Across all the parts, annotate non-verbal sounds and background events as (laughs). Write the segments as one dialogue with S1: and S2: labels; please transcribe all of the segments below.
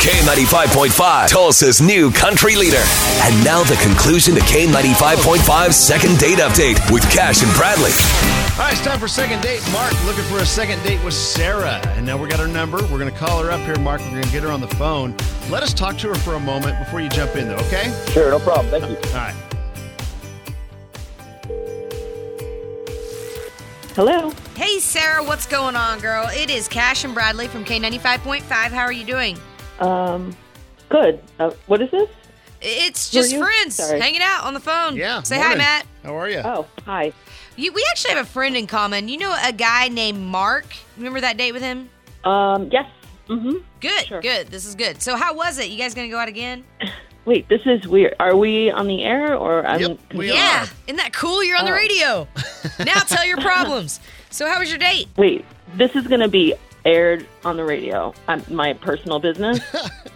S1: K95.5, Tulsa's new country leader. And now the conclusion to K95.5's second date update with Cash and Bradley.
S2: All right, it's time for second date. Mark looking for a second date with Sarah. And now we got her number. We're going to call her up here, Mark. We're going to get her on the phone. Let us talk to her for a moment before you jump in, though, okay?
S3: Sure, no problem. Thank you.
S2: All right.
S4: Hello.
S5: Hey Sarah, what's going on, girl? It is Cash and Bradley from K95.5. How are you doing?
S4: Um, good. Uh, what is this?
S5: It's just
S4: you?
S5: friends
S4: Sorry.
S5: hanging out on the phone.
S2: Yeah.
S5: Say
S2: morning.
S5: hi, Matt.
S2: How are
S5: Uh,
S2: you?
S4: Oh, hi.
S5: You, we actually have a friend in common. You know a guy named Mark? Remember that date with him?
S4: Um, yes. Mm-hmm.
S5: Good,
S4: Sure.
S5: good. This is good. So how was it? You guys gonna go out again?
S4: Wait, this is weird. Are we on the air or I'm?
S2: Yep, we
S5: yeah.
S2: are.
S5: Isn't that cool? You're on
S2: Oh. (laughs)
S5: the radio. now tell your problems. So how was your date?
S4: Wait, this is going to be aired on the radio. Um, my personal business.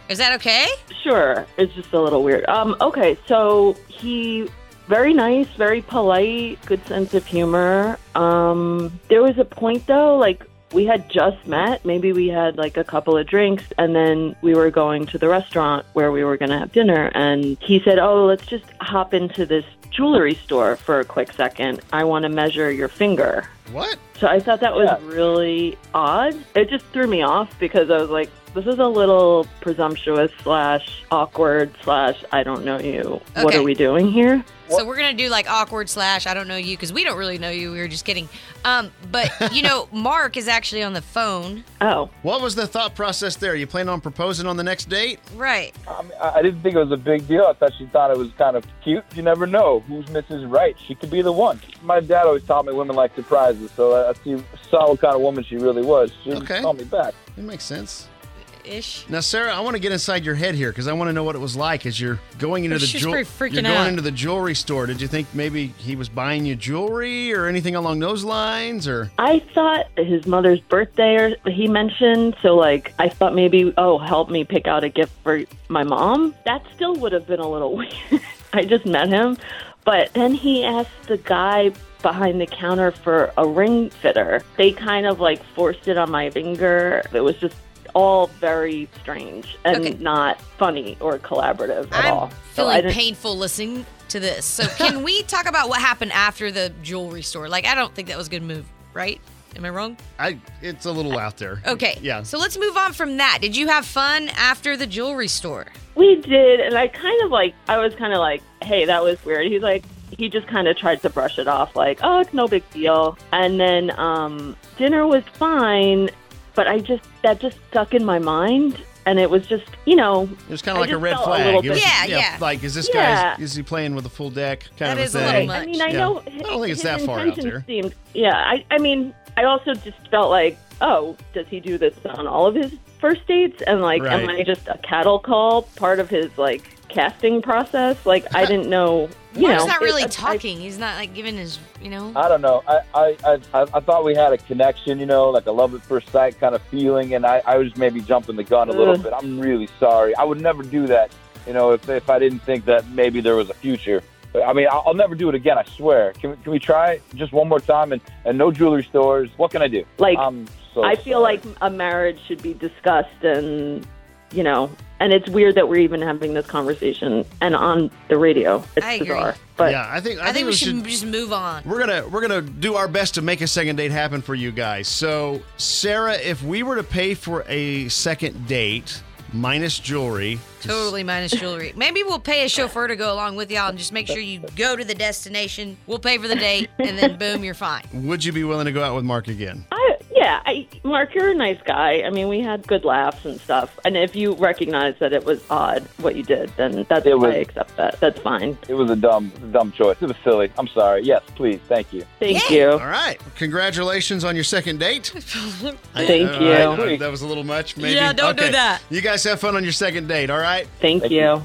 S5: Is that okay?
S4: sure. It's just a little weird. Um, okay. So he very nice, very polite, good sense of humor. Um, there was a point though, like. We had just met. Maybe we had like a couple of drinks, and then we were going to the restaurant where we were going to have dinner. And he said, Oh, let's just hop into this jewelry store for a quick second. I want to measure your finger.
S2: What?
S4: So I thought that was really odd. It just threw me off because I was like, this is a little presumptuous slash awkward slash I don't know you. What
S5: Okay.
S4: are we doing here?
S5: So we're gonna do like awkward slash I don't know you because we don't really know you. We were just kidding. Um, but
S2: (laughs)
S5: you know, Mark is actually on the phone.
S4: Oh,
S2: What was the thought process there? You plan on proposing on the next date?
S5: Right.
S3: I, mean, I I didn't think it was a big deal. I thought she thought it was kind of cute. You never know who's Mrs. Right. She could be the one. My dad always taught me women like surprises, so I, I see, saw what kind of woman she really was. She just
S2: Okay.
S3: called me back.
S2: It makes sense.
S5: Ish.
S2: Now, Sarah, I want to get inside your head here because I want to know what it was like as you're going into the
S5: She's
S2: jewelry.
S5: pretty
S2: You're
S5: freaking
S2: going
S5: out.
S2: into the jewelry store. Did you think maybe he was buying you jewelry or anything along those lines? Or
S4: I thought his mother's birthday or he mentioned. So like, I thought maybe, oh, help me pick out a gift for my mom. That still would have been a little (laughs) weird. I just met him, but then he asked the guy behind the counter for a ring fitter. They kind of like forced it on my finger. It was just all very strange and
S5: Okay.
S4: not funny or collaborative at
S5: I'm
S4: all. So I
S5: feeling
S4: didn't-
S5: painful listening to this. So can
S4: (laughs)
S5: we talk about what happened after the jewelry store? Like I don't think that was a good move, right? Am I wrong?
S2: I, it's a little out there.
S5: Okay.
S2: Yeah.
S5: So let's move on from that. Did you have fun after the jewelry store?
S4: We did, and I kind of like, I was kind of like, hey, that was weird. He's like, he just kind of tried to brush it off, like, oh, it's no big deal. And then um, dinner was fine, but I just, that just stuck in my mind. And it was just, you know,
S2: It was kind of
S4: I
S2: like a
S4: just
S2: red
S4: felt a
S2: flag.
S4: little
S2: It was-
S5: bit- Yeah, yeah.
S2: Like, is this
S4: Yeah.
S2: guy is he playing with a full deck? Kind
S5: That
S2: of
S5: is
S2: a
S5: a
S2: thing.
S5: little much.
S4: I mean, I
S2: Yeah.
S4: know.
S2: I don't think it's
S4: his
S2: that far out
S4: intentions
S2: there.
S4: Seemed, yeah, I, I mean, I also just felt like, oh, does he do this on all of his first dates? And like, am
S2: Right.
S4: I just a cattle call, part of his like casting process? Like, I didn't know. You
S5: Mark's
S4: know,
S5: not
S4: it-
S5: really
S4: I- Uh, I-
S5: talking. He's not like giving his, you know.
S3: I don't know. I, I, I, I I thought we had a connection, you know, like a love at first sight kind of feeling, and I, I was maybe jumping the gun a little
S4: Ugh.
S3: bit. I'm really sorry. I would never do that, you know, if, if I didn't think that maybe there was a future. I mean, I'll, I'll never do it again. I swear. Can we, can we try just one more time and, and no jewelry stores? What can I do?
S4: Like,
S3: I'm so
S4: I feel
S3: sorry.
S4: like a marriage should be discussed and, you know, and it's weird that we're even having this conversation and on the radio. It's
S5: I agree.
S4: bizarre. But
S2: yeah, I think I,
S5: I, think, we should, just move on.
S2: We're gonna we're gonna do our best to make a second date happen for you guys. So, Sarah, if we were to pay for a second date minus jewelry, 'cause-
S5: Totally minus jewelry. Maybe we'll pay a chauffeur to go along with y'all and just make sure you go to the destination. We'll pay for the date, and then boom, you're fine.
S2: would you be willing to go out with Mark again?
S4: I yeah, yeah, I, Mark, you're a nice guy. I mean, we had good laughs and stuff. And if you recognize that it was odd what you did, then that's
S3: It was-
S4: I accept that. That's fine.
S3: It was a dumb, dumb choice. It was silly. I'm sorry. Yes, please. Thank you.
S4: Thank
S5: Yay.
S4: you.
S2: All right. Congratulations on your second date.
S4: Thank
S2: All
S4: you.
S2: right, all right, that was a little much, maybe.
S5: Yeah, don't do
S2: Okay.
S5: that.
S2: You guys have fun on your second date, all right?
S4: Thank,
S3: Thank
S4: you.
S3: you.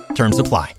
S6: Terms apply.